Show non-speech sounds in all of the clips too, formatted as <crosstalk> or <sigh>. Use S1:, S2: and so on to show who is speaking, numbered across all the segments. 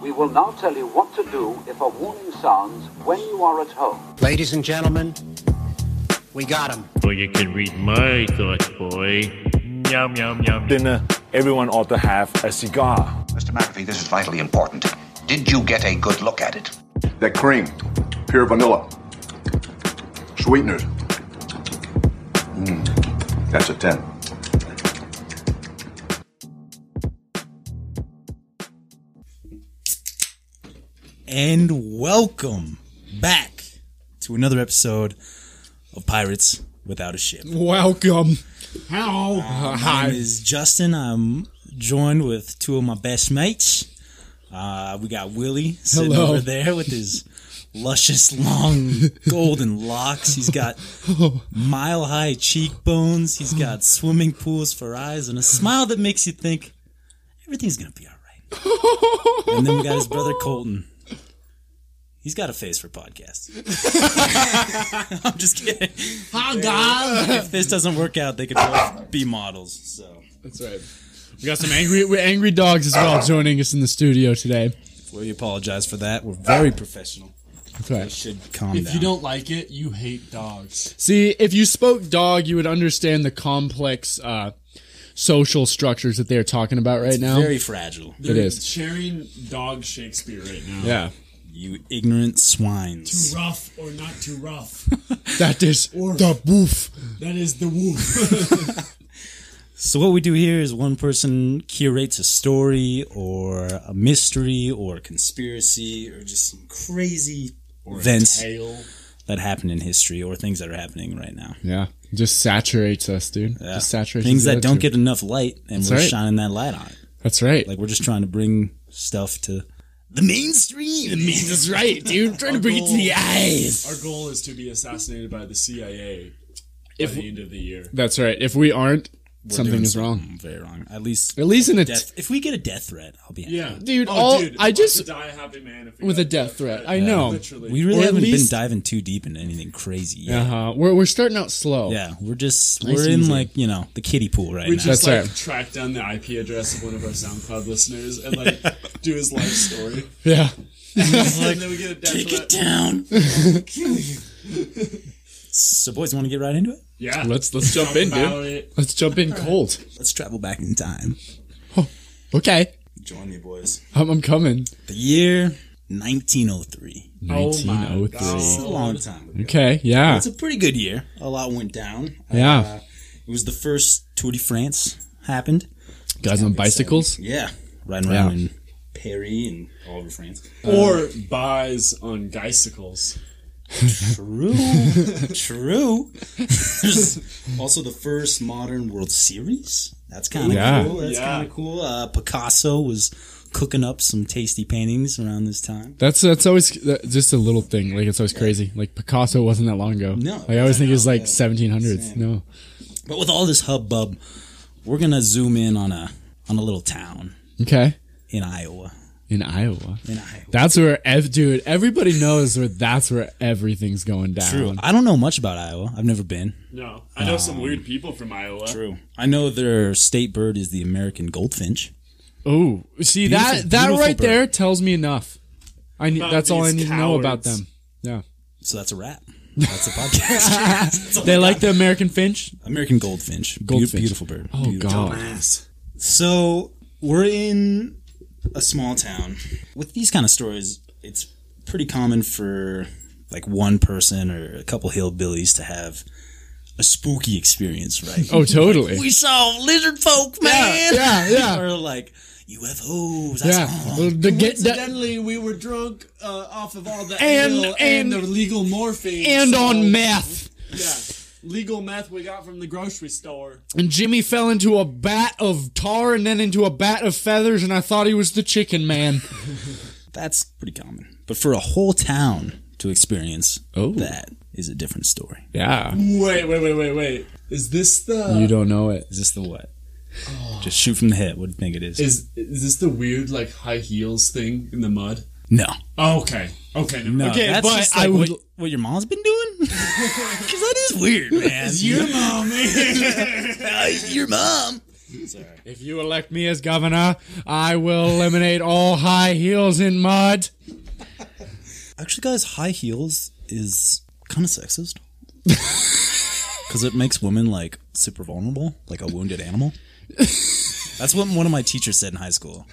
S1: We will now tell you what to do if a warning sounds when you are at home.
S2: Ladies and gentlemen, we got him.
S3: Well, you can read my thoughts, boy. Yum, yum, yum.
S4: dinner, everyone ought to have a cigar.
S5: Mr. McAfee, this is vitally important. Did you get a good look at it?
S6: That cream, pure vanilla. Sweeteners. Mm, that's a 10.
S7: and welcome back to another episode of Pirates Without a Ship.
S8: Welcome. Hello.
S7: My name
S8: hi.
S7: is Justin. I'm joined with two of my best mates. Uh, we got Willie sitting
S8: Hello.
S7: over there with his luscious,
S8: <laughs>
S7: long, golden locks. He's got mile high cheekbones. He's got swimming pools for eyes and a smile that makes you think everything's going to be all right. And then we got his brother Colton. He's got a face for
S8: <laughs>
S7: podcasts. <laughs> I'm just kidding.
S8: Hi, guys.
S7: If this doesn't work out, they could both be models. So.
S8: That's right. We got some angry, we're angry dogs as well joining us in the studio today.
S7: We apologize for that. We're very professional.
S8: That's right.
S7: Should calm
S9: If
S7: down.
S9: you don't like it, you hate dogs.
S8: See, if you spoke dog, you would understand the complex uh, social structures that they're talking about right now.
S7: very fragile.
S9: They're
S8: is.
S9: sharing dog Shakespeare right now.
S8: yeah,
S7: You ignorant swines.
S9: Too rough or not too rough.
S8: <laughs> that is
S9: <laughs> Or-
S8: the woof.
S9: that is the woof.
S7: So what we do here is one person curates a story or a mystery or a conspiracy or just some crazy events
S9: Tail.
S7: that happen in history or things that are happening right now.
S8: <laughs> Yeah, just saturates us, dude.
S7: Yeah.
S8: Just saturates
S7: things
S8: the
S7: that
S8: other
S7: don't
S8: two.
S7: get enough light, and
S8: That's
S7: we're
S8: right.
S7: shining that light on it.
S8: That's right.
S7: Like we're just trying to bring stuff to the mainstream.
S8: that's right, dude. trying to bring it to the eyes.
S9: Our goal is to be assassinated by the CIA
S8: If-
S9: by the end of the year.
S8: That's right. If we aren't,
S7: We're
S8: something
S7: doing
S8: is wrong.
S7: Very wrong. At least,
S8: At least in a
S7: death, if we get a death threat, I'll be happy.
S9: Yeah,
S8: Dude, all- I
S9: I'd
S8: just-
S9: like to die a happy man if we
S8: with
S9: got
S8: a death threat. I know.
S9: Literally,
S7: We really
S8: Or at
S7: haven't
S8: least-
S7: been diving too deep into anything crazy yet.
S8: Uh huh. We're we're starting out slow.
S7: Yeah, we're just
S8: Nice
S7: we're
S8: and
S7: in
S8: easy.
S7: like you know the kiddie pool right
S9: we
S7: now.
S9: just like
S8: That's right.
S9: track down the IP address of one of our SoundCloud listeners and like
S7: <laughs>
S9: do his life story,
S8: <laughs> Yeah.
S9: and then we get a death
S7: Take it
S9: threat.
S7: down. <laughs> so, boys, want to get right into it?
S9: Yeah,
S8: Let's let's jump in,
S9: about
S8: dude.
S9: it.
S8: Let's jump
S9: <laughs>
S8: in cold.
S7: Let's travel back in time.
S8: Okay,
S7: Join me, boys.
S8: I'm, I'm coming.
S7: The year 1903. It's a
S8: 1903.
S7: long time ago.
S8: Okay. Yeah.
S7: It's a pretty good year. A lot went down.
S8: Yeah.
S7: It was the first Tour de France happened.
S8: Guys on bicycles.
S7: Yeah, riding
S8: Yeah. Uh,
S7: around in Paris and all over France.
S9: Or buys on bicycles.
S7: True. True. There's also the first modern World Series. That's kind of
S8: Yeah.
S7: cool. That's
S9: Yeah.
S7: kind of cool. Uh, Picasso was cooking up some tasty paintings around this time.
S8: That's that's always that, just a little thing. Like it's always crazy. Like Picasso wasn't that long ago.
S7: No.
S8: Like I always think it was like
S7: Yeah.
S8: 1700s.
S7: Same.
S8: No.
S7: But with all this hubbub, we're gonna zoom in on a on a little town
S8: Okay.
S7: in Iowa.
S8: In Iowa.
S7: In Iowa.
S8: That's where, ev- dude. Everybody knows where. That's where everything's going down.
S7: True. I don't know much about Iowa. I've never been.
S9: No, I know
S7: Um,
S9: some weird people from Iowa.
S7: True. I know their state bird is the American goldfinch.
S8: Oh, see that
S7: Beautiful-
S8: that
S7: beautiful
S8: right
S7: bird.
S8: there tells me enough. I need,
S9: About
S8: that's all I
S9: these
S8: need to know about
S9: cowards.
S8: them. Yeah,
S7: So that's a wrap. That's a <laughs>
S8: <laughs>
S7: podcast. That's all
S8: they
S7: I
S8: like
S7: got.
S8: the American finch.
S7: American goldfinch. Beau-
S8: Goldfinch.
S7: beautiful bird.
S8: Oh
S7: Beautiful.
S8: god,
S7: So we're in a small town. With these kind of stories, it's pretty common for like one person or a couple hillbillies to have a spooky experience, right?
S8: oh totally.
S7: We saw lizard folk, man.
S8: yeah, yeah.
S7: <laughs> or like UFOs. I
S8: Yeah,
S7: saw 'em.
S8: Well, the get that,
S9: Coincidentally, we were drunk uh, off of all the
S8: And-
S9: ale and,
S8: and-
S9: the legal morphine
S8: and
S9: so-
S8: on meth.
S9: Yeah, legal meth we got from the grocery store.
S8: And Jimmy fell into a bat of tar and then into a bat of feathers, and I thought he was the chicken man.
S7: That's pretty common. But for a whole town to experience that is a different story.
S8: Yeah,
S9: Wait, wait, wait, wait, wait. Is this the
S8: you don't know it.
S7: Is this the what? Just shoot from the hip. What do you think it is?
S9: is is this the weird like high heels thing in the mud?
S7: no.
S9: Oh, okay, okay, no.
S7: No,
S8: Okay,
S7: that's
S8: but
S7: just
S8: I
S7: like
S8: would-
S7: what, what your mom's been doing. <laughs> Because that is weird, man. <laughs> your mom, your mom. Sorry.
S8: If you elect me as governor, I will eliminate all high heels in mud. <laughs>
S7: Actually, guys, high heels is kind of sexist. Because it makes women like super vulnerable, like a wounded animal. That's what one of my teachers said in high school.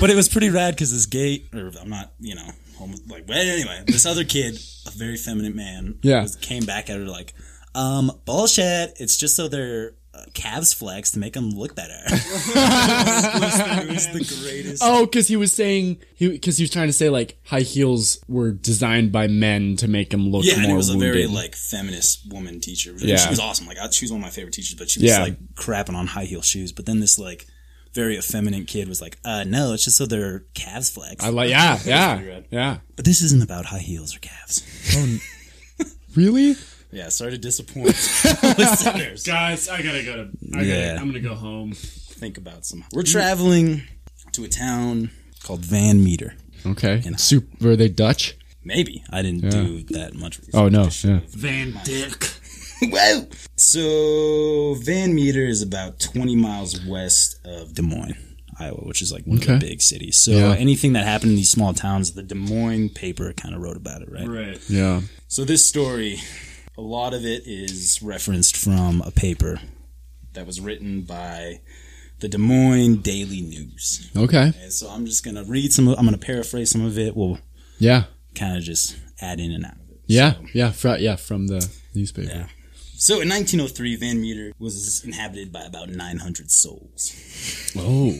S7: but it was pretty rad because this gay, or I'm not, you know, homo- like, but anyway, this other kid, a very feminine man,
S8: Yeah.
S7: was- came back at her like, um, bullshit. It's just so their uh, calves flex to make them look better. it was, it was <laughs> the greatest.
S8: Oh, because Oh, he was saying he because he was trying to say like high heels were designed by men to make him look
S7: Yeah,
S8: more
S7: and it was
S8: wounded.
S7: a very like feminist woman teacher.
S8: Yeah.
S7: She was awesome. Like I, she was one of my favorite teachers, but she was
S8: Yeah.
S7: like crapping on high heel shoes. But then this like very effeminate kid was like, uh no, it's just so their calves flex.
S8: I like yeah yeah yeah.
S7: but this isn't about high heels or calves.
S8: Oh, <laughs> Really?
S7: Yeah, sorry to disappoint
S8: <laughs>
S7: listeners.
S9: Guys, I gotta go to. I
S7: Yeah.
S9: gotta, I'm gonna go home.
S7: Think about some. We're traveling to a town called Van Meter.
S8: Okay. Soup? Were they Dutch?
S7: Maybe I didn't do that much. Research.
S8: Oh no. Yeah.
S9: Van Dick.
S7: Whoa! So Van Meter is about 20 miles west of Des Moines, Iowa, which is like one of
S8: Okay.
S7: the big cities. So
S8: Yeah.
S7: anything that happened in these small towns, the Des Moines paper kind of wrote about it, right?
S9: Right.
S8: Yeah.
S7: So this story, a lot of it is referenced from a paper that was written by the Des Moines Daily News.
S8: Okay.
S7: And so I'm just gonna read some. Of, I'm gonna paraphrase some of it. We'll
S8: Yeah.
S7: kind of just add in and out of it.
S8: Yeah.
S7: So-
S8: Yeah. Fr- yeah. From the newspaper.
S7: Yeah. So in 1903, Van Meter was inhabited by about 900 souls.
S8: Oh.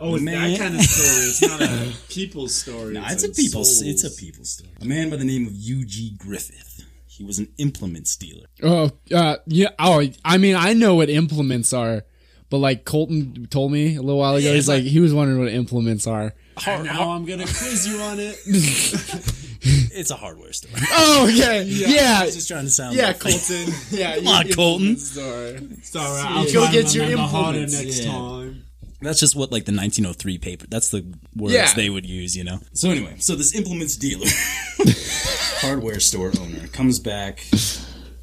S9: Oh, it's
S7: Man.
S9: that kind of story. It's not a people story.
S7: Now, it's a people. It's a people story. A man by the name of U.G. Griffith. He was an implement stealer.
S8: Oh. Uh. Yeah. Oh. I mean, I know what implements are, but like Colton told me a little while ago, he's like he was wondering what implements are.
S9: And now I'm gonna quiz you on it.
S7: <laughs> It's a hardware store.
S8: Oh. Okay. Yeah.
S7: I was just trying to sound.
S8: Yeah,
S7: like-
S8: Colton. Yeah,
S7: Come on, Colton.
S9: It's all right. I'll
S8: Go
S9: try to
S8: get your
S9: remember harder
S8: implements.
S9: next
S7: Yeah.
S9: time.
S7: <laughs> That's just what like the 1903 paper. That's the words
S8: Yeah.
S7: they would use, you know. So anyway, so this implements dealer, <laughs> hardware store owner, comes back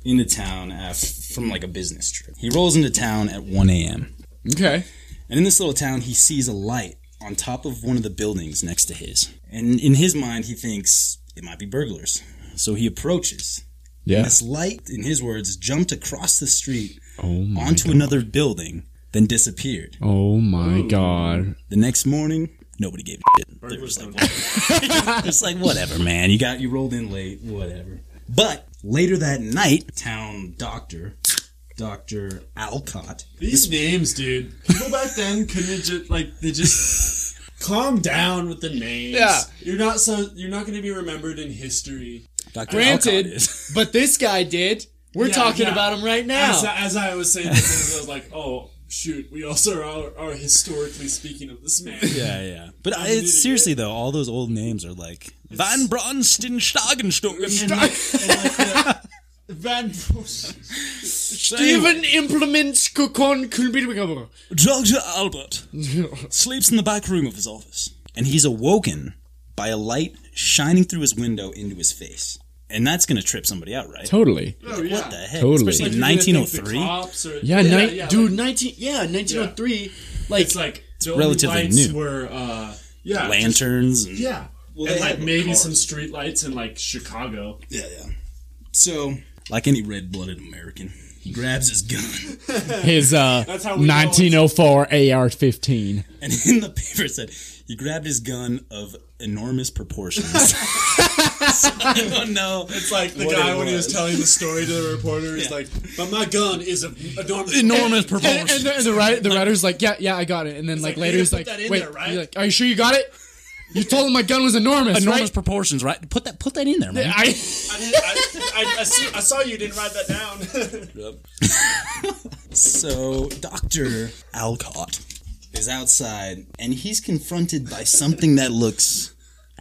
S7: into town af- from like a business trip. He rolls into town at 1 a.m.
S8: Okay.
S7: And in this little town, he sees a light on top of one of the buildings next to his. And in his mind, he thinks it might be burglars. So he approaches.
S8: Yeah.
S7: This light, in his words, jumped across the street
S8: Oh my.
S7: onto another building, then disappeared.
S8: Oh my god.
S7: The next morning, nobody gave a shit. They were just like, <laughs> it's like, whatever, man. You got you rolled in late, whatever. But later that night, town doctor, Doctor Alcott,
S9: These names, dude. People back then couldn't just like they
S7: <laughs>
S9: just calm down with the names.
S8: Yeah.
S9: You're not so you're not gonna be remembered in history.
S7: Doctor
S8: Granted,
S7: Alcott is.
S8: but this guy did. We're
S9: Yeah,
S8: talking
S9: yeah.
S8: about him right now.
S9: As, as I was saying this, I was like, oh shoot, we also are, are historically speaking of this man.
S7: Yeah, yeah. But I,
S9: an
S7: it's
S9: idiot.
S7: seriously though, all those old names are like Van Bronsten <laughs>
S9: And
S7: Stagenstucken.
S9: like- and like the- Van
S8: Steven implements Kokon Kulbidwigabu.
S7: Doctor <laughs> Albert sleeps in the back room of his office, and he's awoken by a light shining through his window into his face, and that's gonna trip somebody out, right?
S8: Totally.
S9: Oh, yeah.
S7: What the heck?
S8: Totally.
S7: Especially
S9: Like, you're
S7: in
S9: gonna think the
S7: 1903.
S9: cops or-
S8: Yeah, ni-
S9: yeah,
S8: dude,
S9: like,
S8: 19 yeah, 1903 like,
S9: it's like the only
S7: relatively
S9: lights
S7: new.
S9: Were uh, yeah, just-
S7: Lanterns and
S9: yeah, and like maybe some street lights in like Chicago.
S7: yeah, yeah. So, like any red-blooded American, he grabs his gun
S8: his <laughs> uh
S9: That's how we know it's-
S8: 1904 AR15.
S7: <laughs> And in the paper it said he grabbed his gun of enormous <laughs> proportions. So I don't know.
S9: It's like the
S7: What
S9: guy
S7: it
S9: when he was
S7: was.
S9: telling the story to the reporter, he's
S7: Yeah.
S9: like, "But my gun is a enormous,
S7: enormous
S8: And,
S7: proportions.
S8: and the, and the, writer, the writer's like, yeah, yeah, I got it. And then like,
S9: like,
S8: later
S9: you
S8: he's
S9: put
S8: like,
S9: that in
S8: wait,
S9: there, right?
S8: he's like, are you sure you got it? You told him my gun was enormous,
S7: enormous
S8: right?
S7: proportions, right? Put that put that in there, man.
S8: I,
S9: I, didn't, I, I, I, see, I saw you didn't write that
S7: <laughs>
S9: down.
S7: so Dr. Alcott is outside and he's confronted by something that looks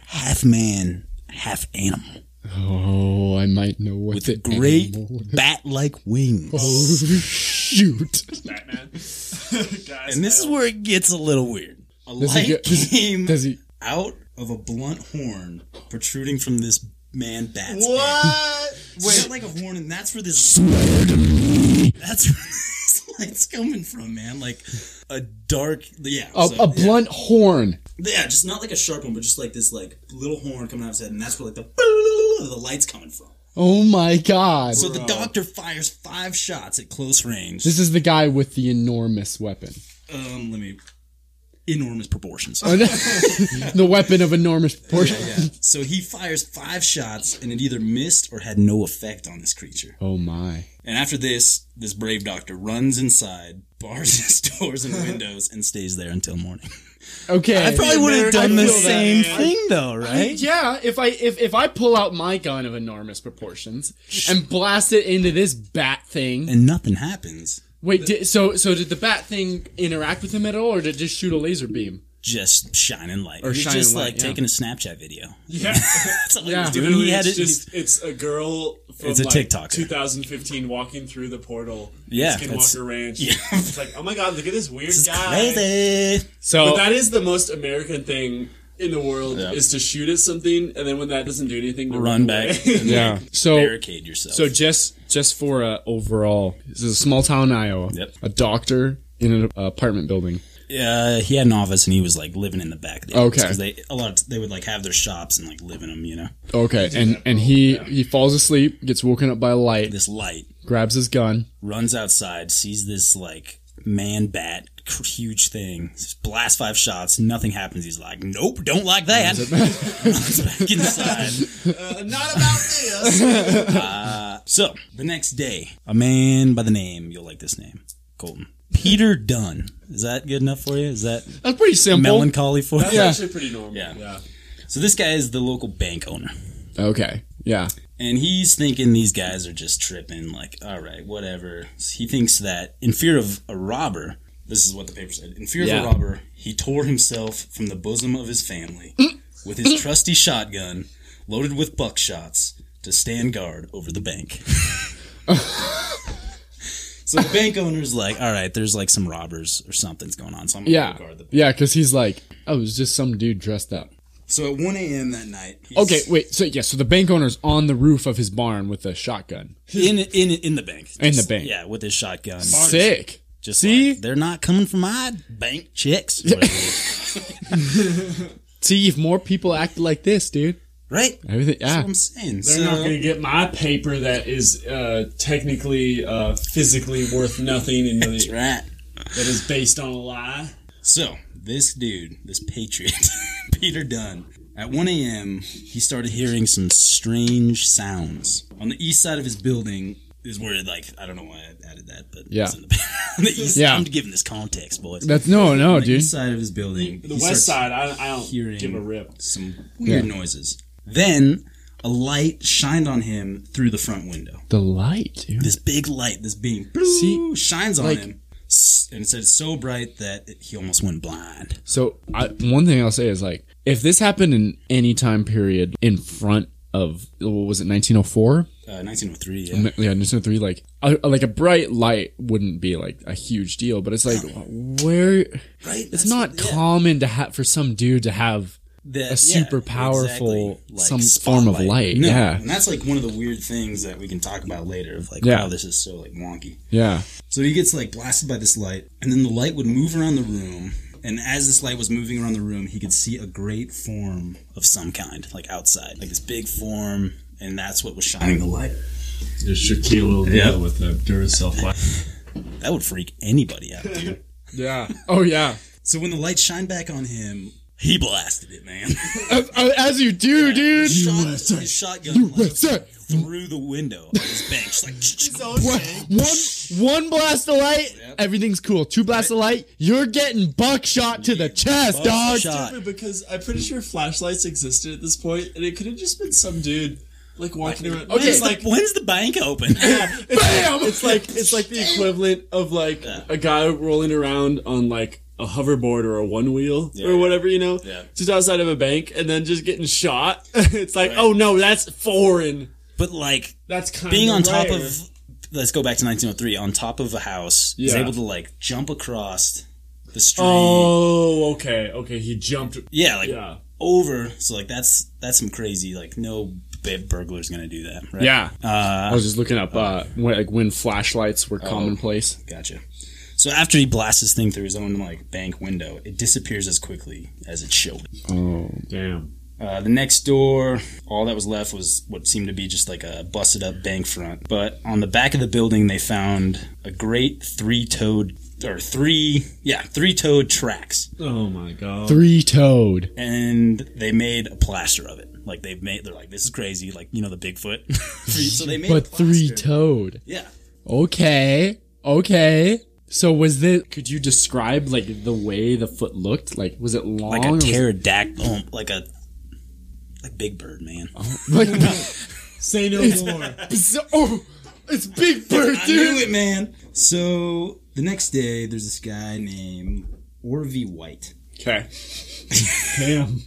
S7: half man, half animal.
S8: oh, I might know what
S7: With great bat like wings.
S8: Oh, shoot.
S9: Batman. Guys,
S7: And this is
S9: I
S7: where it gets a little weird. A
S8: Does he
S7: light
S8: get- does-
S7: came
S8: Does he?
S7: out of a blunt horn protruding from this man bat's
S9: don't- what?
S7: Wait, like a horn, and that's where this
S8: me.
S7: That's where <laughs> this light's coming from, man. Like a dark, yeah,
S8: A,
S7: so-
S8: a blunt horn.
S7: yeah, just not like a sharp one, but just like this like little horn coming out of his head, and that's where like the <laughs> the light's coming from.
S8: Oh my god.
S7: So the doctor fires five shots at close range.
S8: this is the guy with the enormous weapon. <laughs>
S7: um, let me enormous proportions.
S8: the <laughs> weapon of enormous proportions.
S7: so he fires five shots, and it either missed or had no effect on this creature.
S8: <laughs> Oh my.
S7: And after this, this brave doctor runs inside, bars <laughs> his doors and windows, and stays there until <laughs> morning.
S8: Okay.
S7: I probably would have done the
S8: feel that,
S7: same
S8: man.
S7: thing though, right?
S8: Yeah, if I if, if I pull out my gun of enormous proportions and blast it into this bat thing.
S7: And nothing happens.
S8: Wait, di so so did the bat thing interact with him at all, or did it just shoot a laser beam?
S7: Just shining light. Or He's
S8: shining
S7: just
S8: light,
S7: like
S8: yeah.
S7: taking a Snapchat video.
S9: Yeah.
S7: That's all
S8: Yeah.
S7: he was doing.
S9: Literally,
S7: He had
S9: it's
S7: it.
S9: just it's a girl from
S7: It's a
S9: like
S7: TikToker.
S9: 2015 walking through the portal.
S7: <laughs> Yeah, it's-
S9: Skinwalker Ranch. It's like, oh my god, look at this weird
S7: This is
S9: guy.
S7: crazy.
S9: But
S8: So
S9: that is the most American thing in the world is to shoot at something and then when that doesn't do anything to <laughs>
S7: Run
S9: away.
S7: back.
S8: yeah, so
S7: Barricade yourself.
S8: so just just for a overall, this is a small town Iowa.
S7: Yep.
S8: A doctor in an apartment building.
S7: uh, he had an office and he was like living in the back of the
S8: Okay.
S7: because they a lot of, they would like have their shops and like live in them, you know.
S8: Okay, and and he he falls asleep, gets woken up by a light,
S7: This light
S8: grabs his
S7: <laughs>
S8: gun.
S7: runs outside, sees this like man bat cr- huge thing, just blasts five shots, nothing happens. He's like, nope, don't like that. Runs <laughs> back inside.
S9: Uh,
S7: Uh,
S9: Not about
S7: <laughs>
S9: this.
S7: So the next day, a man by the name you'll like this name, Colton Peter Dunn. Is that good enough for you? Is that
S8: That's pretty simple.
S7: melancholy for you?
S9: That's actually pretty normal.
S7: Yeah.
S9: Yeah.
S7: So this guy is the local bank owner.
S8: Okay, yeah.
S7: And he's thinking these guys are just tripping, like, all right, whatever. He thinks that in fear of a robber, this is what the paper said. In fear
S8: Yeah.
S7: of a robber, he tore himself from the bosom of his family with his trusty shotgun loaded with buckshots to stand guard over the
S8: <laughs>
S7: bank. so the bank owner's like, all right, there's like some robbers or something's going on. So I'm going to
S8: Yeah,
S7: guard the
S8: yeah, because he's like, oh, it was just some dude dressed up.
S7: So at 1 a.m. that night, he's
S8: Okay, wait. So yeah, so the bank owner's on the roof of his barn with a shotgun.
S7: in, in, in the bank.
S8: In the
S7: Just-
S8: bank.
S7: Yeah, with his shotgun.
S8: Sick.
S7: Just
S8: See?
S7: like, they're not coming for my bank
S8: <laughs>
S7: checks, or whatever.
S8: See if more people acted like this, dude.
S7: right? That's
S8: Everything. Yeah.
S7: what I'm saying.
S9: They're
S7: so,
S9: not going to get my paper that is uh, technically uh, physically worth nothing and really,
S7: that's right.
S9: that is based on a lie.
S7: So this dude, this patriot, <laughs> Peter Dunn, at 1 a.m. he started hearing some strange sounds on the east side of his building. Is where like I don't know why I added that, but
S8: Yeah.
S7: it's in the, <laughs> on the east.
S8: Yeah.
S7: I'm giving this context, boys.
S8: That's no, no,
S7: on the
S8: dude.
S7: east side of his building.
S9: The west side, I, I don't
S7: hearing-
S9: give a rip.
S7: Some weird noises. Then a light shined on him through the front window.
S8: The light, dude.
S7: this big light, this beam,
S8: See,
S7: shines on
S8: like-
S7: him, s- and it said it's so bright that it- he almost went blind.
S8: So I, one thing I'll say is like, if this happened in any time period in front of what was it, 1904?
S7: Uh, 1903, yeah.
S8: Yeah, yeah 1903. Like, a, like a bright light wouldn't be like a huge deal, but it's like, where?
S7: right?
S8: It's
S7: That's-
S8: not
S7: yeah.
S8: common to have for some dude to have
S7: The- yeah,
S8: a super powerful
S7: exactly.
S8: some form of
S7: spotlight.
S8: light.
S7: No,
S8: Yeah,
S7: and that's like one of the weird things that we can talk about later of like
S8: Yeah.
S7: wow, this is so like wonky.
S8: yeah.
S7: So he gets like blasted by this light, and then the light would move around the room. And as this light was moving around the room, he could see a great form of some kind, like outside, like this big form, and that's what was shining the light.
S9: There's Shaquille O'Neal
S7: Yeah.
S9: with a Duracell flash.
S7: <laughs> That would freak anybody out, dude.
S8: Yeah. Oh yeah.
S7: So when the light shined back on him, he blasted it, man.
S8: As,
S9: uh,
S8: as you do, dude.
S7: Shot, his shotgun like,
S8: USA.
S7: through the window of his bank. Just like,
S8: One one blast of light, everything's cool. Two blasts of light, you're getting buckshot to the chest, dog.
S7: shot.
S9: because I'm pretty sure flashlights existed at this point, and it could have just been some dude like walking around.
S8: Okay.
S9: It's
S7: It's like,
S9: like
S7: when's the bank
S9: <laughs>
S7: open?
S8: Bam!
S9: it's like it's like the equivalent of like a guy rolling around on like a hoverboard or a one wheel or whatever you know,
S7: Yeah.
S9: just outside of a bank, and then just getting shot. <laughs> it's like, oh no, that's foreign.
S7: <laughs> but like,
S9: That's kind
S7: being on top of, let's go back to 1903, on top of a house, he's
S9: Yeah.
S7: able to like jump across the street.
S9: Oh, okay, okay. He jumped.
S7: yeah, like
S9: Yeah,
S7: over. So like, that's that's some crazy, like, no a burglar's gonna do that, right?
S8: Yeah. I was just looking up uh, when, like when flashlights were commonplace.
S7: Oh. Gotcha. So after he blasts his thing through his own like bank window, it disappears as quickly as it showed.
S3: Damn.
S7: Uh, the next door, all that was left was what seemed to be just like a busted up bank front. But on the back of the building, they found a great three toed or three yeah three toed tracks,
S3: Oh my god.
S8: Three toed.
S7: and they made a plaster of it. Like they've made, they're like, this is crazy. Like you know the Bigfoot. <laughs> so they made a
S8: But
S7: plaster.
S8: three toed.
S7: Yeah.
S8: Okay. Okay. So was this?
S10: Could you describe like the way the foot looked? Like was it long?
S7: like
S10: or
S7: a
S10: was it-
S7: pterodactyl, um, like a like Big Bird, man.
S8: <laughs> Like,
S9: Say
S7: <laughs>
S9: no more.
S8: oh, it's Big Bird,
S7: I knew
S8: dude.
S7: it, man. So the next day, there's this guy named Orvie White.
S9: Okay.
S7: And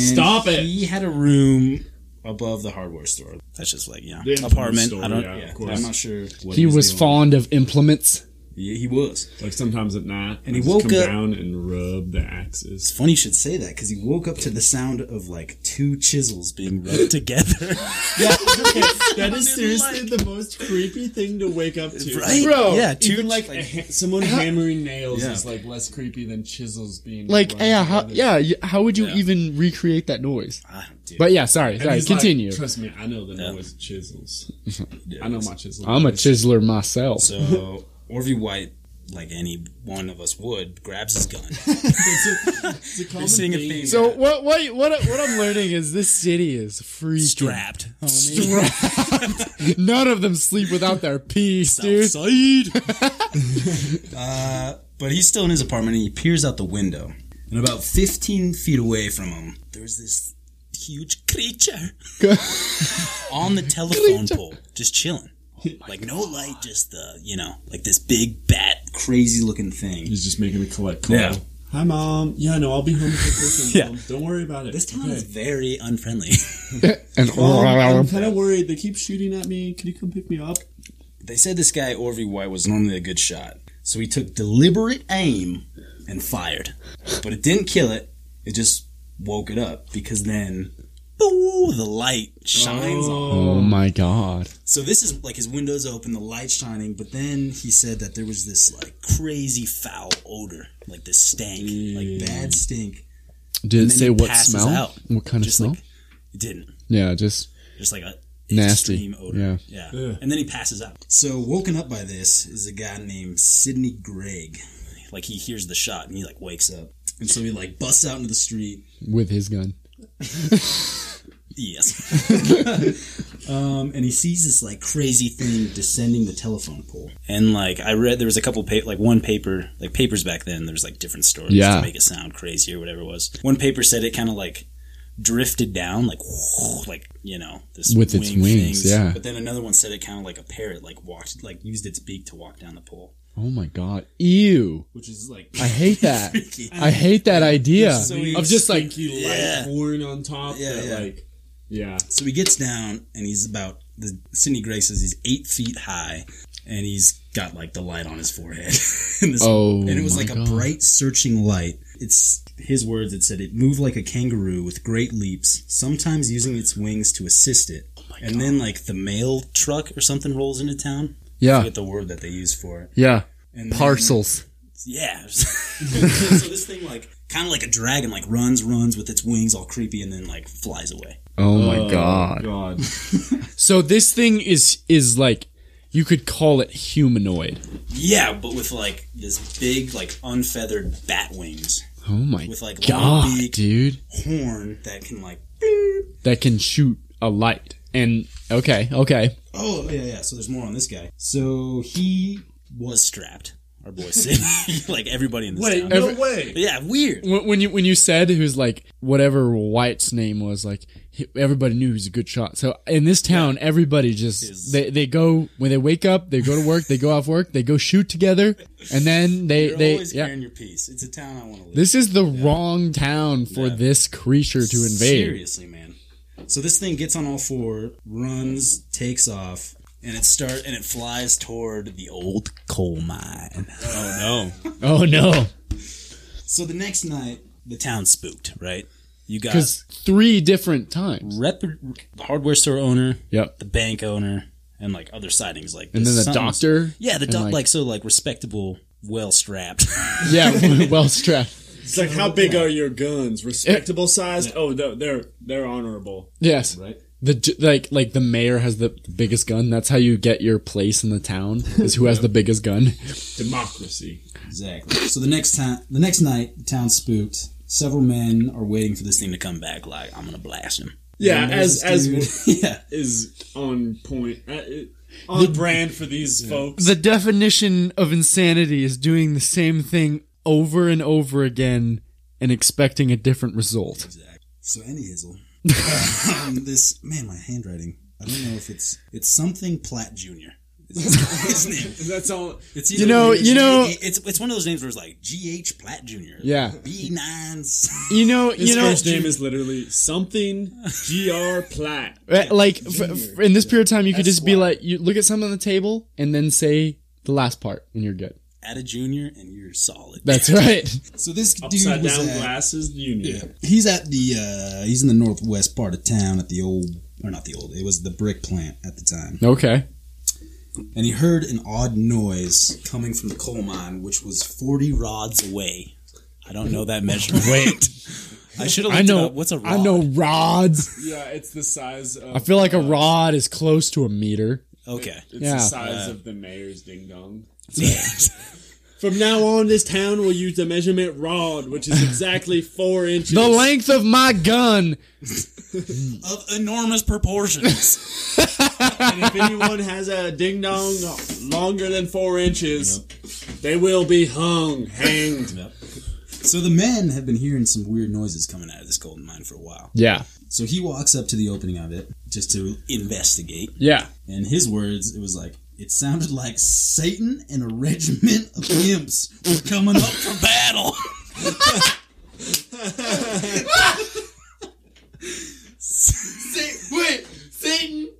S9: Stop it.
S7: He had a room above the hardware store. That's just like yeah,
S9: infamous
S7: apartment.
S9: store,
S7: I don't.
S9: yeah,
S7: Yeah,
S9: of course.
S7: I'm not sure. What
S8: He was
S7: doing.
S8: fond of implements.
S7: Yeah, he was.
S9: Like sometimes at night,
S7: And he
S9: I just
S7: woke
S9: come
S7: up-
S9: down and rub the axes.
S7: Funny you should say that because he woke up to the sound of like two chisels being rubbed <laughs> together.
S9: That is seriously the most creepy thing to wake up to.
S7: right?
S9: Bro,
S7: Yeah, two
S9: even like, a
S8: eh,
S9: ha- someone hammering nails
S7: Yeah.
S9: is like less creepy than chisels being
S8: Like,
S9: run
S8: yeah, how,
S9: together.
S8: yeah. y- How would you even recreate that noise?
S7: I don't do
S8: But yeah, sorry,
S9: And
S8: sorry.
S9: he's like,
S8: Continue.
S9: Trust me, I know the noise of <laughs> chisels. I know my chisel.
S8: I'm a chiseler myself.
S7: So Orvie White, like any one of us would, grabs his <laughs> gun.
S9: It's a common
S7: seeing a
S9: thing.
S7: theme.
S8: So what? What? What? What I'm learning is this city is free.
S7: strapped.
S8: None of them sleep without their peace, dude.
S7: But he's still in his apartment and he peers out the window. And about 15 feet away from him, there's this huge creature on the telephone pole, just chilling. like no light, just the you know, like this big bat, crazy looking thing.
S9: He's just making a collect call.
S7: Yeah.
S9: Hi, mom. Yeah, no, I'll be home for <laughs> Christmas.
S7: Yeah.
S9: Mom. Don't worry about it.
S7: This town
S9: Okay.
S7: is very unfriendly.
S8: <laughs>
S7: <laughs>
S8: And
S9: Mom, I'm kind of worried. They keep shooting at me. Can you come pick me up?
S7: They said this guy Orvie White was normally a good shot, so he took deliberate aim and fired, but it didn't kill it. It just woke it up because then, boo, the light shines on.
S8: <laughs> oh my god.
S7: So this is like his windows open, the light shining, but then he said that there was this like crazy foul odor, like this stank, like bad stink.
S8: Did
S7: And
S8: it
S7: then
S8: say
S7: it
S8: what
S7: passes
S8: smell?
S7: out.
S8: What kind
S7: Just
S8: of smell?
S7: like it didn't.
S8: yeah, just
S7: Just like a
S8: Nasty.
S7: extreme odor. Yeah. And then he passes out. So woken up by this is a guy named Sidney Gregg. Like he hears the shot and he like wakes up. And so he like busts out into the street.
S8: with his gun.
S7: Yes. <laughs> um, and he sees this like crazy thing descending the telephone pole. And like I read, there was a couple pa- like one paper, like papers back then. There was like different stories
S8: Yeah.
S7: to make it sound crazy or whatever it was. One paper said it kind of like drifted down, like <laughs> like you know this
S8: With its
S7: wing
S8: wings,
S7: things.
S8: yeah.
S7: But then another one said it kind of like a parrot, like walked, like used its beak to walk down the pole.
S8: Oh my god. Ew.
S9: Which is like
S8: I
S9: <laughs>
S8: hate that. I hate that idea of just like
S9: stinky
S7: Yeah.
S9: light horn on top.
S7: Yeah,
S9: that,
S7: yeah.
S9: Like, yeah.
S7: So he gets down and he's about the Sidney Gray says he's eight feet high and he's got like the light on his forehead. <laughs> and, this,
S8: Oh,
S7: and it was
S8: my
S7: like
S8: God.
S7: a bright searching light. It's his words it said it moved like a kangaroo with great leaps, sometimes using its wings to assist it. and then like the mail truck or something rolls into town. I
S8: yeah,
S7: forget the word that they use for it.
S8: yeah,
S7: And then-
S8: parcels.
S7: yeah. <laughs>
S8: <laughs>
S7: so this thing like kind of like a dragon like runs runs with its wings all creepy and then like flies away.
S8: Oh my
S7: <laughs>
S8: god.
S9: God.
S8: So this thing is is like you could call it humanoid.
S7: Yeah, but with like this big, like unfeathered bat wings,
S8: Oh my
S7: With, like, long
S8: god,
S7: beak.
S8: dude.
S7: horn that can like.
S8: That can shoot a light. And okay, okay.
S7: Oh yeah, yeah. So there's more on this guy. So he was strapped. Our
S8: <laughs>
S7: boy Sid, <laughs> like everybody in this town.
S8: no Every-
S9: way.
S7: yeah, weird.
S8: When when you when you said who's like whatever White's name was like he- everybody knew he was a good shot. So in this town, everybody just they, they go when they wake up, they go to work, they go off work, they go shoot together, and then they
S7: You're
S8: they
S7: always
S8: yeah.
S7: carrying your piece. It's a town I want to live.
S8: This is the wrong town for this creature to invade.
S7: Seriously, man. So this thing gets on all four, runs, takes off, and it start and it flies toward the old coal mine.
S8: Oh no.
S7: So the next night, the town spooked, right? You got
S8: because three different times.
S7: rep the hardware store owner,
S8: Yep.
S7: the bank owner, and like other sightings like
S8: And
S7: this.
S8: then the
S7: Something's-
S8: doctor.
S7: Yeah, the
S8: and,
S7: doc
S8: like-
S7: like, so like respectable, well strapped.
S8: Yeah, well strapped.
S9: It's like, how big are your guns? Respectable sized? Oh, no, they're they're honorable.
S8: Yes.
S9: Right?
S8: The j- like like the mayor has the biggest gun. That's how you get your place in the town is who has the biggest gun.
S9: Democracy.
S7: <laughs> exactly. So the next time, the next night, the town's spooked. Several men are waiting for this thing to come back. Like I'm gonna blast him.
S9: Yeah, as as
S7: <laughs> yeah,
S9: is on point, uh, it- on brand for these folks.
S8: The definition of insanity is doing the same thing over and over again and expecting a different result.
S7: So
S8: <laughs>
S7: anyhizzle. um, this man, my handwriting. I don't know if it's it's something Platt Junior.
S8: <laughs>
S7: His name.
S9: That's all.
S7: It's
S8: You know- you know-
S7: It's it's one of those names where it's like G H Platt Junior.
S8: Yeah.
S7: B
S8: <laughs>
S7: nine.
S8: You know,
S9: His
S8: you know,
S9: first name is literally something Gr Platt.
S8: uh, like f- f- in this period of time, you could just be like, you look at something on the table and then say the last part, and you're good.
S7: At a junior, and you're solid.
S8: That's <laughs> right.
S7: so this
S9: Upside
S7: dude was
S9: down
S7: at,
S9: glasses union.
S7: he's at the uh, he's in the northwest part of town at the old or not the old it was the brick plant at the time
S8: okay.
S7: and he heard an odd noise coming from the coal mine which was 40 rods away i don't know that measurement wait <laughs> i should have
S8: I
S7: looked it
S8: know.
S7: up. what's a rod
S8: I know rods.
S9: Yeah, it's the size of.
S8: I feel like a rod is close to a meter.
S7: okay
S9: It's
S8: Yeah.
S9: the size of the mayor's ding dong. uh,
S7: yeah.
S9: From now on, this town will use the measurement rod, which is <laughs> exactly four inches.
S8: The length of my gun.
S7: <laughs> of
S9: <laughs>
S7: enormous proportions
S9: and if anyone has a ding dong longer than four inches, they will be hung, hanged.
S7: so the men have been hearing some weird noises coming out of this coal mine for a while
S8: Yeah.
S7: so he walks up to the opening of it just to investigate
S8: Yeah.
S7: In his words, it was like, it sounded like Satan and a regiment of <laughs> imps were coming up for battle. <laughs>
S8: Wait, Satan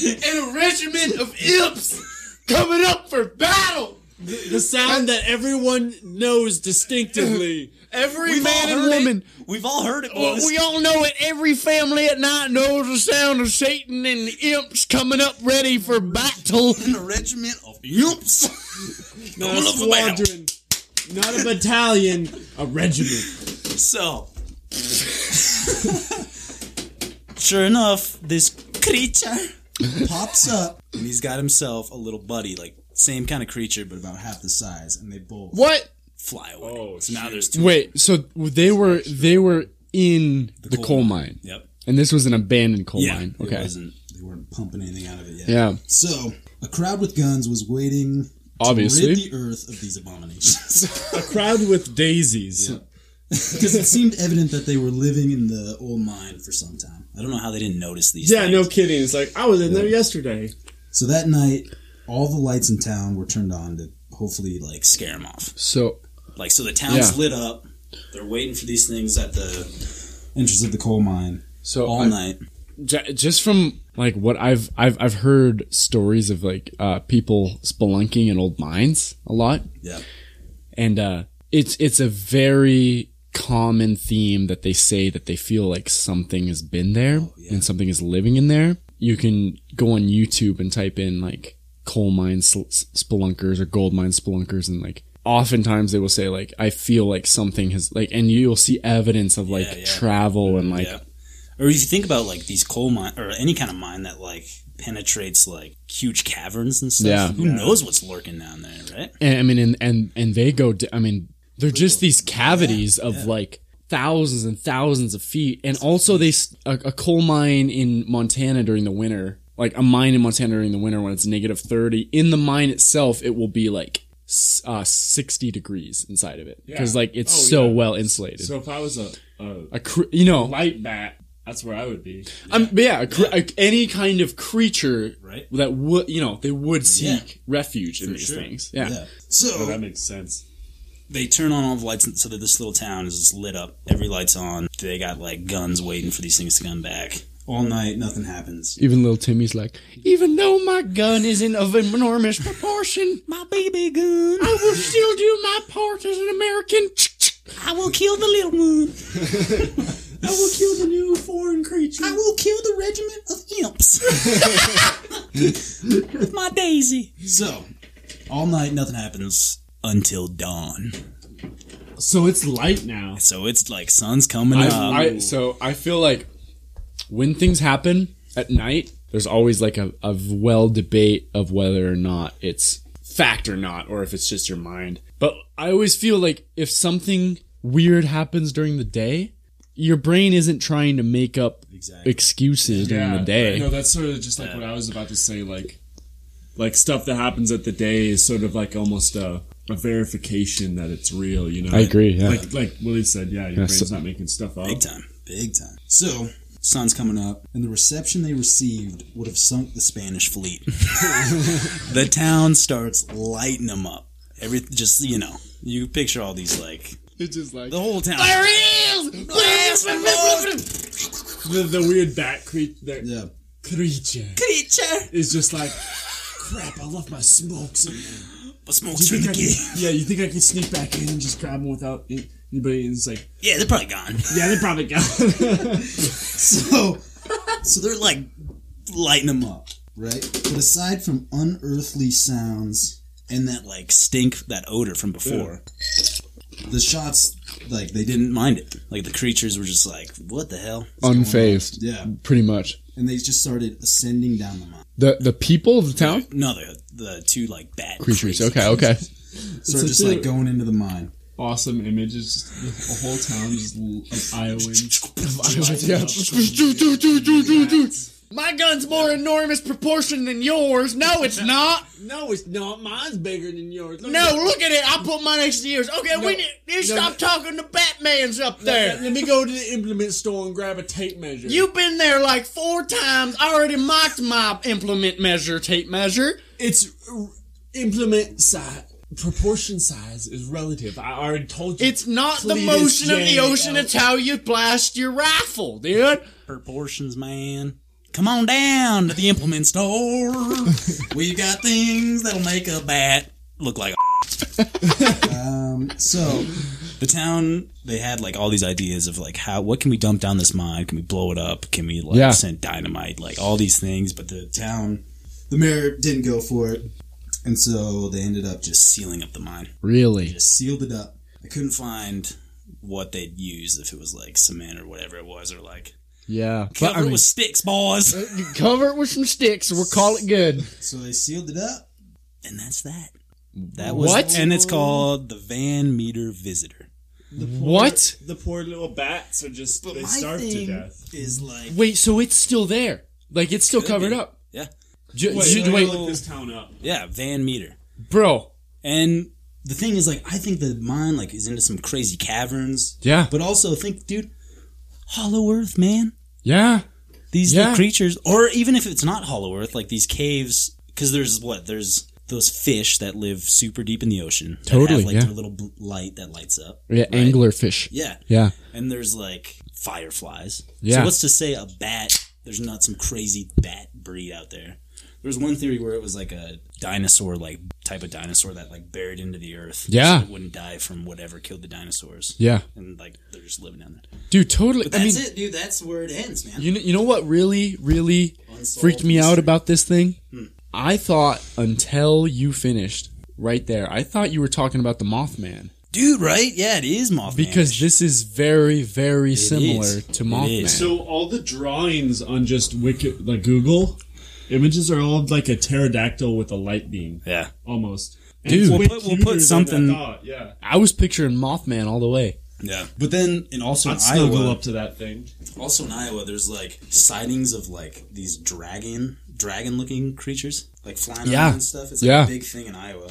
S8: and a regiment of imps coming up for battle.
S9: The sound that everyone knows distinctively.
S8: Every
S7: We've
S8: man
S7: all
S8: and
S7: heard it.
S8: woman.
S7: We've all heard it,
S8: Well,
S7: boys.
S8: we all know it. Every family at night knows the sound of Satan and the imps coming up ready for battle.
S7: in a regiment of imps.
S9: Not a
S7: Coming up for battle.
S9: squadron, not a battalion, a regiment.
S7: <laughs> So, sure enough, this creature pops up, and he's got himself a little buddy, like same kind of creature, but about half the size, and they both
S8: What?
S7: fly away. so now there's two.
S8: Wait, so they were they were in the, coal, mine.
S7: Yep.
S8: And this was an abandoned coal mine.
S7: It
S8: Okay.
S7: wasn't, they weren't pumping anything out of it yet.
S8: Yeah.
S7: So, a crowd with guns was waiting to
S8: Obviously.
S7: rid the earth of these abominations. <laughs>
S9: A crowd with daisies. <laughs>
S7: Because it seemed evident that they were living in the old mine for some time. I don't know how they didn't notice these
S9: Yeah,
S7: things.
S9: no kidding. It's like I was in there yesterday.
S7: So that night, all the lights in town were turned on to hopefully, like, scare them off.
S8: So
S7: Like, so the town's
S8: Yeah.
S7: lit up. They're waiting for these things at the entrance of the coal mine
S8: so
S7: all
S8: I-
S7: night.
S8: J- just from like what I've I've I've heard stories of like uh, people spelunking in old mines a lot,
S7: Yeah.
S8: and uh, it's it's a very common theme that they say that they feel like something has been there
S7: Oh,
S8: and something is living in there. You can go on YouTube and type in like coal mine sl- s- spelunkers or gold mine spelunkers and like oftentimes they will say like I feel like something has like and you'll see evidence of like
S7: yeah. Mm-hmm,
S8: travel and like
S7: Yeah. Or if you think about like these coal mine or any kind of mine that like penetrates like huge caverns and stuff.
S8: Yeah.
S7: Who knows what's lurking down there, right?
S8: and I mean, and and and they go. d- I mean, they're just these cavities of like thousands and thousands of feet, and also they s- a, a coal mine in Montana during the winter, like a mine in Montana during the winter when it's negative thirty. In the mine itself, it will be like s- uh, sixty degrees inside of it because
S9: Yeah.
S8: like it's
S9: Oh,
S8: so
S9: yeah.
S8: well insulated.
S9: So if I was a, a
S8: a cr- you know,
S9: light bat, that's where I would be.
S8: um, but yeah, a cr- a- any kind of creature
S7: Right.
S8: that would you know they would
S7: Yeah.
S8: seek refuge in these
S7: sure.
S8: things. Yeah.
S7: Yeah.
S9: Oh, that
S7: So
S9: makes sense.
S7: they turn on all the lights, so that this little town is just lit up. Every light's on. They got like guns waiting for these things to come back all night. Nothing happens.
S8: Even little Timmy's like, even though my gun isn't of enormous proportion,
S7: <laughs> My baby gun.
S8: I will still do my part as an American. <laughs>
S7: I will kill the little one. I will kill the new foreign creature. I will kill the regiment of imps. With <laughs> my daisy. So, all night, nothing happens until dawn.
S9: So it's light now.
S7: So it's like sun's coming
S8: I,
S7: up.
S8: I, so I feel like when things happen at night, there's always like a, a well debate of whether or not it's fact or not, or if it's just your mind. But I always feel like if something weird happens during the day, your brain isn't trying to make up excuses during the day.
S9: No, that's sort of just like what I was about to say. Like, like stuff that happens at the day is sort of like almost uh, a, a verification that it's real. You know,
S8: I agree, yeah.
S9: Like, like Willie said, yeah, your brain's
S8: so-
S9: not making stuff up.
S7: Big time. Big time. So, sun's coming up, and the reception they received would have sunk the Spanish <laughs> fleet. the town starts lighting them up. Every just you know, you picture all these like
S8: It's just like
S7: the whole town.
S9: The, the weird bat creature, that
S7: Yeah.
S9: creature
S7: Creature.
S9: is just like, crap. I left my smokes.
S7: But smoke's from the kid.
S9: yeah, you think I could sneak back in and just grab them without it- anybody? And it's like,
S7: Yeah, they're probably gone.
S9: yeah, they probably <laughs> got.
S7: So, <laughs> so they're like lighting them up, right? But aside from unearthly sounds and that like stink, that odor from before, the shots like they didn't mind it. Like the creatures were just like, "What the hell?"
S8: unfazed,
S7: Yeah,
S8: pretty much.
S7: and they just started ascending down the mountain.
S8: The the people of the town
S7: No, the the two like bat
S8: creatures. Okay, okay.
S7: started just like going into the mine.
S9: awesome images. The whole town is l- of Iowans.
S8: My gun's more enormous proportion than yours.
S9: <laughs>
S8: No, it's not.
S9: No, it's not. Mine's bigger than yours.
S8: look at it. I put mine next to yours. Okay, we need you stop talking to Batman's up
S9: Let, let me go to the implement store and grab a tape measure.
S8: You've been there like four times. I already mocked my implement measure, tape measure.
S9: It's r- implement size. Proportion size is relative. I already told you.
S8: It's not the
S9: Cletus
S8: motion of
S9: J.
S8: the ocean.
S9: Ellis.
S8: It's how you blast your rifle, dude.
S7: Proportions, man. Come on down to the implement store. We've got things that'll make a bat look like <laughs> Um, So the town they had like all these ideas of like how what can we dump down this mine? Can we blow it up? Can we like
S8: Yeah.
S7: send dynamite? Like all these things, but the town the mayor didn't go for it. And so they ended up just sealing up the mine.
S8: Really?
S7: Just sealed it up. I couldn't find what they'd use if it was like cement or whatever it was or like
S8: Yeah.
S7: cover it with sticks, boys.
S8: cover it with some sticks. We'll call it good.
S7: <laughs> So they sealed it up. And that's that. That was
S8: What?
S7: and it's called the Van Meter Visitor.
S8: What?
S9: the poor little bats are just they starve to death.
S7: is like
S8: Wait, so it's still there? Like it's still covered
S7: be.
S8: up?
S7: Yeah.
S8: Ju-
S9: Wait,
S8: ju-
S9: let me
S8: wait,
S9: look this town up.
S7: Yeah, Van Meter.
S8: bro.
S7: And the thing is, like, I think the mine like is into some crazy caverns.
S8: Yeah.
S7: But also think, dude, Hollow Earth, man.
S8: Yeah.
S7: These little
S8: Yeah.
S7: creatures, or even if it's not Hollow Earth, like these caves, because there's what there's those fish that live super deep in the ocean. that
S8: Totally,
S7: have, like
S8: yeah.
S7: their little bl- light that lights up.
S8: Yeah, anglerfish.
S7: Yeah,
S8: Yeah.
S7: and there's like fireflies. So
S8: Yeah.
S7: what's to say a bat? There's not some crazy bat breed out there. There was one theory where it was like a dinosaur, like type of dinosaur that like buried into the earth.
S8: Yeah.
S7: so it wouldn't die from whatever killed the dinosaurs.
S8: Yeah.
S7: and like they're just living down there.
S8: Dude, totally.
S7: But that's
S8: I mean,
S7: it, dude. That's where it ends, man.
S8: You know, you know what really, really freaked me out about this thing?
S9: Hmm.
S8: I thought until you finished right there, I thought you were talking about the Mothman
S7: dude, right? Yeah, it is Mothman.
S8: because this is very, very similar
S7: is.
S8: to
S7: It
S8: Mothman.
S7: is.
S9: So all the drawings on just Wiki, like Google images, are all like a pterodactyl with a light beam,
S7: yeah,
S9: almost.
S8: Dude.
S7: We'll put- we'll put something-
S9: Yeah,
S8: I was picturing Mothman all the way.
S7: yeah. But then, and also in
S9: I'd snuggle
S7: Iowa,
S9: up to that thing.
S7: also in Iowa, there's like sightings of like these dragon, dragon-looking creatures like flying
S8: Yeah.
S7: around and stuff. It's like
S8: Yeah.
S7: a big thing in Iowa.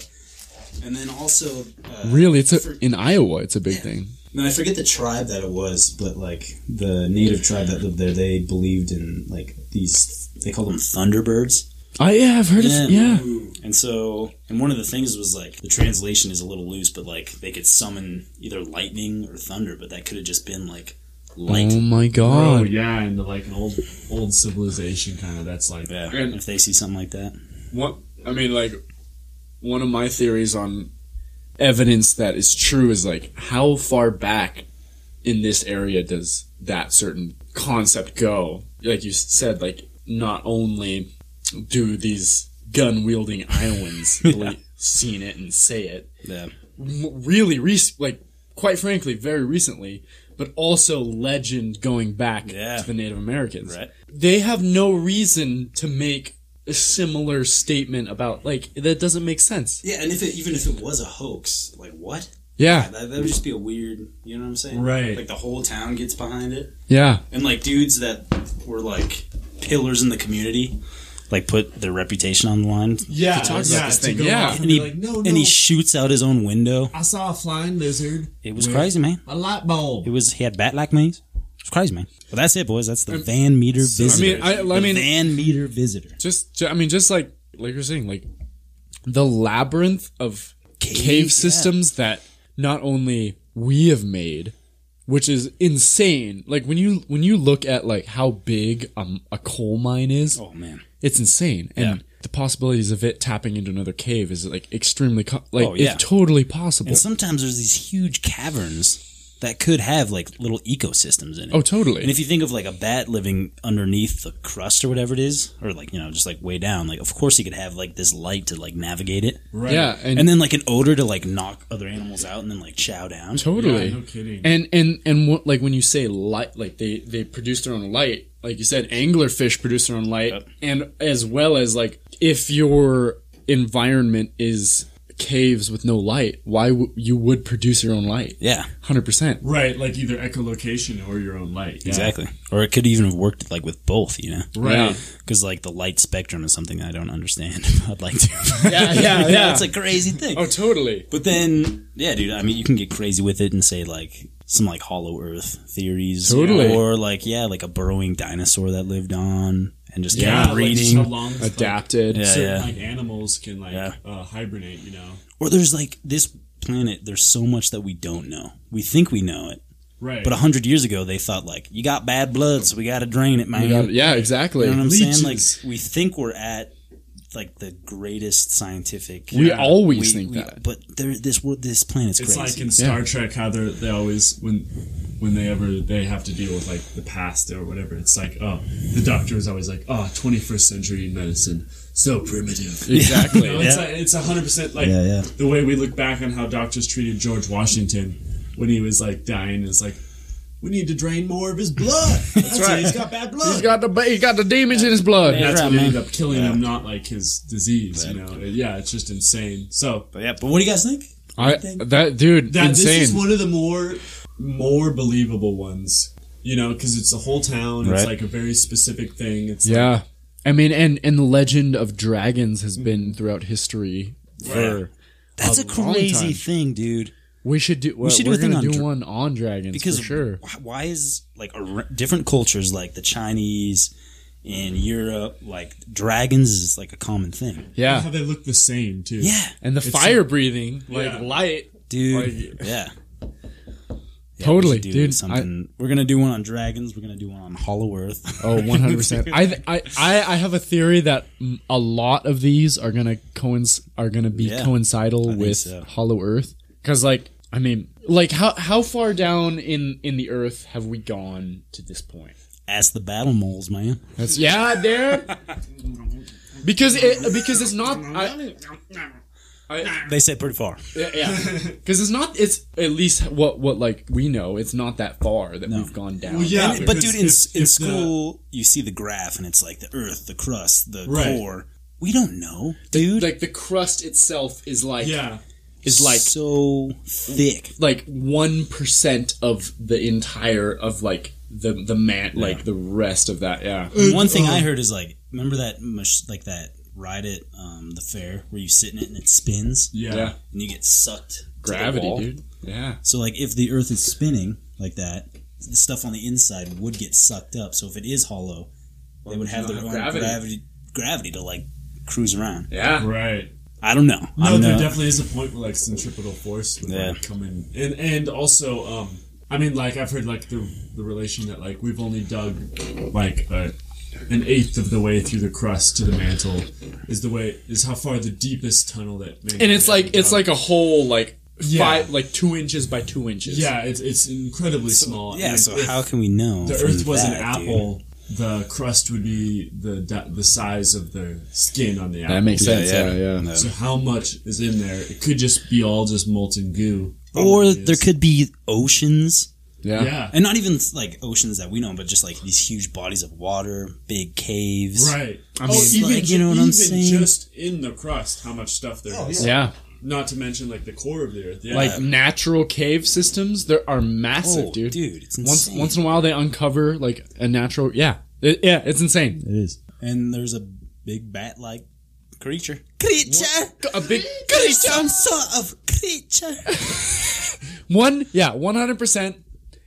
S7: And then also, uh,
S8: Really, it's a,
S7: for-
S8: in Iowa. It's a big
S7: Yeah.
S8: thing.
S7: No, I forget the tribe that it was, but like the native tribe that lived there, they believed in like these. They called them thunderbirds.
S8: I yeah, I've heard of yeah.
S7: And so, and one of the things was like the translation is a little loose, but like they could summon either lightning or thunder, but that could have just been like light.
S8: Oh my
S9: Oh
S8: god!
S9: yeah, and the, like an old old civilization kind of. Uh, That's like
S7: Yeah,
S10: And-
S7: if they see something like that.
S10: What
S8: I mean, like one of my theories on evidence that is true is like how far back
S10: in this area does that certain concept go? Like you said, like not only do these gun wielding
S7: <laughs>
S10: Iowans really seen it and say it,
S7: Yeah.
S10: m- really rec- like quite frankly very recently but also legend going back
S7: Yeah.
S10: to the native americans
S7: Right.
S10: they have no reason to make a similar statement about like that doesn't make sense
S11: Yeah, and if it, even if it was a hoax, like what?
S8: Yeah,
S11: That, that would just be a weird. You know what I'm saying?
S9: Right.
S11: Like the whole town gets behind it,
S8: yeah.
S11: and like dudes that were like pillars in the community.
S7: Like put their reputation on the line.
S9: Yeah,
S10: talk about
S9: yeah,
S10: this
S9: to
S10: thing.
S9: go
S10: Yeah.
S9: off and
S7: And
S9: be
S7: he,
S9: like, no, no.
S7: and he shoots out his own window.
S9: I saw a flying lizard.
S7: It was
S9: with
S7: crazy, man.
S9: A light bulb.
S7: It was he had bat like me. It's crazy, man. Well, that's it, boys. That's the Van Meter visitor.
S8: I mean, I- I
S7: The
S8: mean-
S7: Van Meter visitor.
S8: Just, ju- I mean, just like like you're saying, like the labyrinth of cave,
S7: yeah.
S8: systems that not only we have made, which is insane. Like when you when you look at like how big um, a coal mine is,
S7: Oh man,
S8: it's insane, and
S7: Yeah.
S8: the possibilities of it tapping into another cave is like extremely co- like
S7: Oh, yeah.
S8: it's totally possible.
S7: and sometimes there's these huge caverns that could have like little ecosystems in it.
S8: oh, totally.
S7: And if you think of like a bat living underneath the crust or whatever it is, or like you know just like way down, like of course he could have like this light to like navigate it,
S9: Right.
S8: yeah,
S7: and,
S8: and,
S7: then like an odor to like knock other animals out, and then like chow down.
S8: totally.
S9: Yeah, no kidding.
S8: And and and what, like when you say light, like they they produce their own light. Like you said, anglerfish produce their own light, and as well as like if your environment is caves with no light, why w- you would produce your own light?
S7: Yeah,
S8: Hundred percent.
S9: Right, like either echolocation or your own light. Yeah.
S7: exactly. Or it could even have worked like with both, you know,
S9: Right.
S8: Yeah.
S7: because like the light spectrum is something I don't understand. <laughs> I'd like to.
S8: <laughs>
S7: <laughs>
S8: Yeah, yeah, yeah.
S7: It's a crazy thing.
S8: oh, totally.
S7: But then, yeah, dude. I mean, you can get crazy with it and say like some like Hollow Earth theories, you
S8: Totally.
S7: know, or like yeah, like a burrowing dinosaur that lived on and just
S9: Yeah,
S7: kept
S9: like just
S7: breeding,
S9: how long this, like,
S8: Adapted.
S7: Yeah.
S9: certain, like animals can like
S7: Yeah.
S9: uh, hibernate, you know.
S7: or there's like this planet. There's so much that we don't know. We think we know it,
S9: Right.
S7: but a hundred years ago they thought like you got bad blood, so we got to drain it, man.
S8: You got- yeah, exactly.
S7: You know what I'm
S9: Leeches.
S7: saying? Like we think we're at like the greatest scientific. uh,
S8: We always think that.
S7: but there, this world, this planet's
S9: it's
S7: crazy.
S9: like in Star Trek how they they always when when they ever they have to deal with like the past or whatever. It's like oh, the doctor is always like oh, 21st century medicine so primitive.
S8: <laughs> Exactly.
S9: <laughs> You know, it's, like, it's 100% like
S7: Yeah, yeah.
S9: the way we look back on how doctors treated George Washington when he was like dying is like, we need to drain more of his blood.
S7: <laughs>
S9: That's, right. He's got bad blood.
S8: He's got the ba- he got the demons in his blood.
S9: That's
S7: right,
S9: what ended
S7: man.
S9: up killing him, not like his disease. You know, yeah, it's just insane. So
S7: but yeah, but what do you guys think?
S8: I, that dude,
S9: that
S8: insane.
S9: this is one of the more more believable ones. You know, because it's a whole town. It's
S7: Right.
S9: like a very specific thing. It's like-
S8: Yeah. I mean, and and the legend of dragons has been throughout history. For
S7: That's a,
S8: long
S7: crazy
S8: time.
S7: thing, dude.
S8: we should do. We
S7: should
S8: should
S7: do
S8: we're
S7: a thing
S8: gonna
S7: on
S8: do
S7: dra-
S8: one on dragons
S7: because
S8: for sure.
S7: wh- why is like ar- different cultures like the Chinese in Europe like dragons is like a common thing.
S9: how
S8: Yeah,
S9: they look the same too.
S7: Yeah,
S8: and the fire breathing like
S9: Yeah.
S8: light.
S7: dude. yeah. Yeah,
S8: <laughs> Totally,
S7: we should do
S8: dude.
S7: Something. we're gonna do one on dragons. We're gonna do one on Hollow Earth.
S8: Oh, 100. percent I, th- I I I have a theory that mm, a lot of these are gonna coinc- are gonna be
S7: Yeah,
S8: coincidental with
S7: so.
S8: Hollow Earth because like I mean like how how far down in in the Earth have we gone to this point?
S7: <laughs> Ask the battle moles, man.
S8: That's yeah, dude. because it because it's not. I,
S7: They said pretty far.
S8: yeah, because it's not. It's at least what what like we know. It's not that far that we've gone down.
S9: Well, yeah,
S7: And- but
S9: because
S7: dude, in,
S9: if-
S7: in
S9: if the-
S7: school, you see the graph, and it's like the Earth, the crust, the
S9: Right.
S7: core. We don't know,
S8: dude.
S7: dude.
S8: Like the crust itself is like
S9: yeah,
S8: is like
S7: so thick.
S8: like one percent of the entire of like the the man like the rest of that. Yeah,
S7: One
S9: Mm,
S7: thing
S9: oh.
S7: I heard is like, remember that mush, like that ride at um, the fair where you sit in it and it spins
S9: yeah.
S8: Yeah.
S7: and you get sucked. to the
S8: gravity,
S7: wall?
S8: dude. Yeah,
S7: So like, if the Earth is spinning like that, the stuff on the inside would get sucked up. So if it is hollow, they would have
S8: you
S7: their
S8: don't
S7: own
S8: have gravity.
S7: gravity. gravity to like cruise around.
S8: yeah.
S9: Right.
S7: I don't know. I
S9: No,
S7: don't
S9: there
S7: know.
S9: definitely is a point where like centripetal force would
S7: Yeah.
S9: like, come in, and and also, um, I mean, like I've heard like the the relation that like we've only dug like a, an eighth of the way through the crust to the mantle is the way is how far the deepest tunnel that man
S8: And it's like it's like a whole like
S10: five, like two inches by two inches.
S9: Yeah, it's it's incredibly small.
S7: Yeah,
S9: And
S7: so
S9: if
S7: how can we know?
S9: the
S7: from
S9: Earth was an
S7: that, dude?
S9: apple? The crust would be the da- the size of the skin on the apple.
S8: That makes
S7: Yeah,
S8: sense.
S7: yeah.
S8: Yeah, yeah.
S9: So how much is in there? It could just be all just molten goo.
S7: Or
S9: Probably
S7: there
S9: is.
S7: could be oceans,
S8: Yeah.
S9: yeah,
S7: and not even like oceans that we know, but just like these huge bodies of water, big caves.
S9: right. I
S7: mean, like, you know what I'm saying?
S9: Just in the crust, how much stuff there is.
S8: Yeah.
S9: Not to mention like the core of the Earth. Yeah.
S8: Like natural cave systems, there are massive,
S7: Oh,
S8: dude.
S7: dude, it's
S8: Once
S7: insane.
S8: once in a while they uncover like a natural yeah. It- yeah, it's insane.
S7: It is. And there's a big bat-like creature. Creature.
S8: A big
S7: Some sort of creature.
S8: one yeah, one hundred percent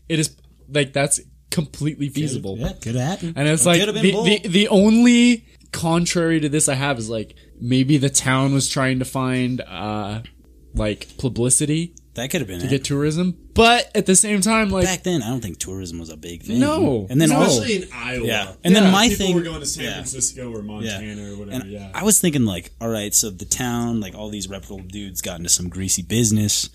S8: it is like that's completely feasible.
S7: Yeah, could happen.
S8: And it's
S7: It
S8: like
S7: could've
S8: the,
S7: been bull.
S8: the the only contrary to this I have is like maybe the town was trying to find uh like publicity
S7: that could have been
S8: to
S7: it.
S8: get tourism, but at the same time like
S7: Back then, I don't think tourism was a big thing.
S8: No.
S7: and then
S8: No.
S7: also,
S9: especially in Iowa.
S7: yeah, and
S8: Yeah,
S7: then my
S9: People
S7: thing.
S9: were going to San
S7: yeah.
S9: Francisco or
S7: Yeah.
S9: Montana or whatever.
S7: And
S9: yeah.
S7: I was thinking like, all right, so the town, like all these reputable dudes got into some greasy business.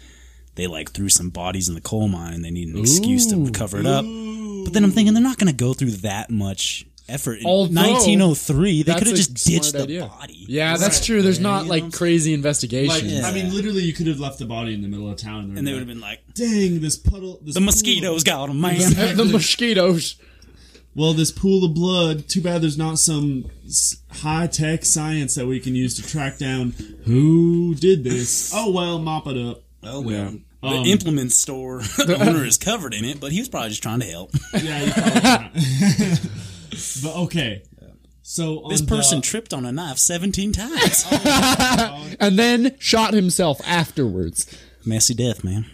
S7: They like threw some bodies in the coal mine and they need an excuse to cover it up. But then I'm thinking they're not going to go through that much effort. In
S8: Although,
S7: 1903, they
S8: that's
S7: could have
S8: a
S7: just ditched
S8: smart
S7: the
S8: idea.
S7: body.
S8: Yeah, that's true. There's
S7: you know what
S8: not
S7: I'm
S8: like
S7: saying?
S8: crazy
S9: like,
S8: investigations.
S9: I mean, literally, you could have left the body in the middle of town,
S7: And they would have been like,
S9: "Dang, this puddle, this
S7: the
S9: pool-
S7: mosquitoes got him, man.
S8: <laughs> the mosquitoes.
S9: well, this pool of blood. Too bad there's not some high tech science that we can use to track down who did
S7: <laughs>
S9: this. Oh well, mop it up.
S7: Oh <laughs> well. The
S8: Um,
S7: implement store <laughs>
S8: <laughs>
S7: owner is covered in it, but he was probably just trying to help.
S9: Yeah, you probably not.
S7: <laughs>
S9: but okay. So on
S7: This
S9: the-
S7: person tripped on a knife 17
S8: <laughs>
S7: times.
S8: And then shot himself afterwards.
S7: Messy death, man.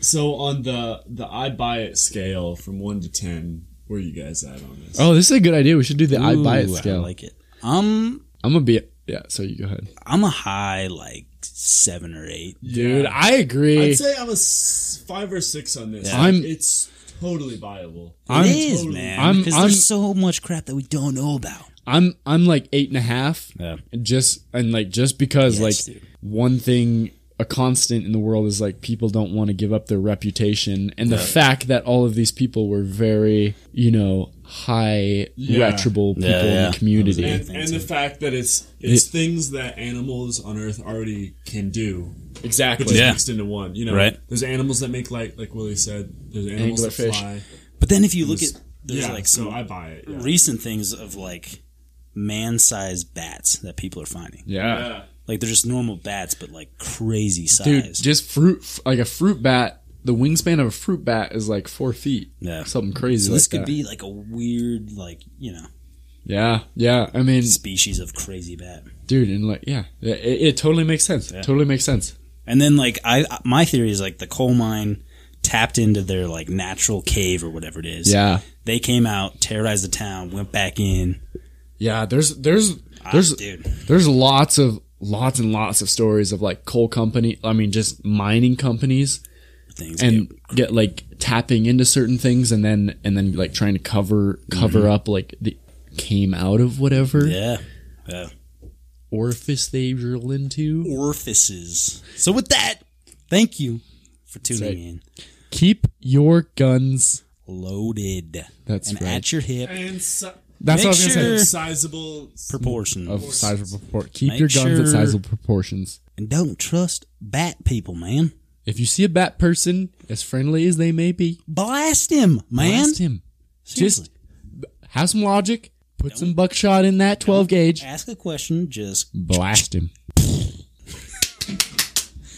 S9: so on the the I buy it scale from one to ten, where are you guys at on this?
S8: Oh, this is a good idea. We should do the I buy it
S7: Ooh,
S8: scale.
S7: I like it. Um,
S8: I'm gonna be yeah. So you go ahead,
S7: I'm a high like seven or eight.
S8: dude. I agree.
S9: I'd say I'm a s- five or six on this.
S8: I'm-
S9: It's totally viable.
S8: I'm-
S7: it is,
S9: totally-
S7: man.
S8: I'm-
S7: Because
S8: I'm-
S7: there's so much crap that we don't know about.
S8: I'm I'm like eight and a half.
S7: Yeah.
S8: Just and like just because
S7: Yes,
S8: like
S7: dude.
S8: one thing a constant in the world is like people don't want to give up their reputation and the fact that all of these people were very you know high
S9: Yeah.
S8: reachable people
S7: yeah.
S8: in the community.
S9: and, and the fact that it's it's things that animals on Earth already can do, but
S10: exactly.
S9: just
S7: Yeah.
S9: mixed into one. You know,
S7: Right.
S9: There's animals that make light, like Willie said. There's animals that
S8: Anglerfish.
S9: fly.
S7: But then if you look at there's
S9: yeah,
S7: like
S9: so
S7: some
S9: I buy it. yeah.
S7: recent things of like man-sized bats that people are finding.
S8: yeah.
S7: Like they're just normal bats, but like crazy
S8: Dude,
S7: size.
S8: just fruit f- like a fruit bat. The wingspan of a fruit bat is like four feet.
S7: Yeah.
S8: something crazy.
S7: so this
S8: like
S7: could
S8: that.
S7: be like a weird, like you know,
S8: Yeah, yeah. I mean,
S7: species of crazy bat.
S8: dude, and like, yeah, it, it totally makes sense. Totally
S7: <laughs>
S8: makes sense.
S7: And then like I, I- my theory is like the coal mine tapped into their like natural cave or whatever it is.
S8: Yeah,
S7: They came out, terrorized the town, went back in.
S8: yeah. There's, there's, there's,
S7: ah, dude.
S8: there's lots of lots and lots of stories of like coal company. I mean, just mining companies
S7: things
S8: and
S7: get-
S8: get, like tapping into certain things and then and then like trying to cover cover up like the came out of whatever
S7: Mm-hmm. yeah yeah
S8: orifice they drill into.
S7: orifices so with that thank you for tuning
S8: right.
S7: in
S8: Keep your guns.
S7: loaded
S8: That's
S7: and
S8: right.
S7: at your hip
S9: And si-
S8: That's
S7: Make
S8: what I was
S7: sure-
S8: gonna say.
S9: sizable.
S7: proportion
S8: Of sizable propor- Keep
S7: Make
S8: your guns
S7: sure-
S8: at sizable proportions.
S7: and don't trust bat people man
S8: If you see a bat person, as friendly as they may be,
S7: blast him man
S8: blast him.
S7: Seriously.
S8: Just have some logic. Put some buckshot in that 12 gauge.
S7: ask a question just
S8: Blast him.
S7: <laughs>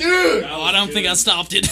S7: oh i don't think i stopped it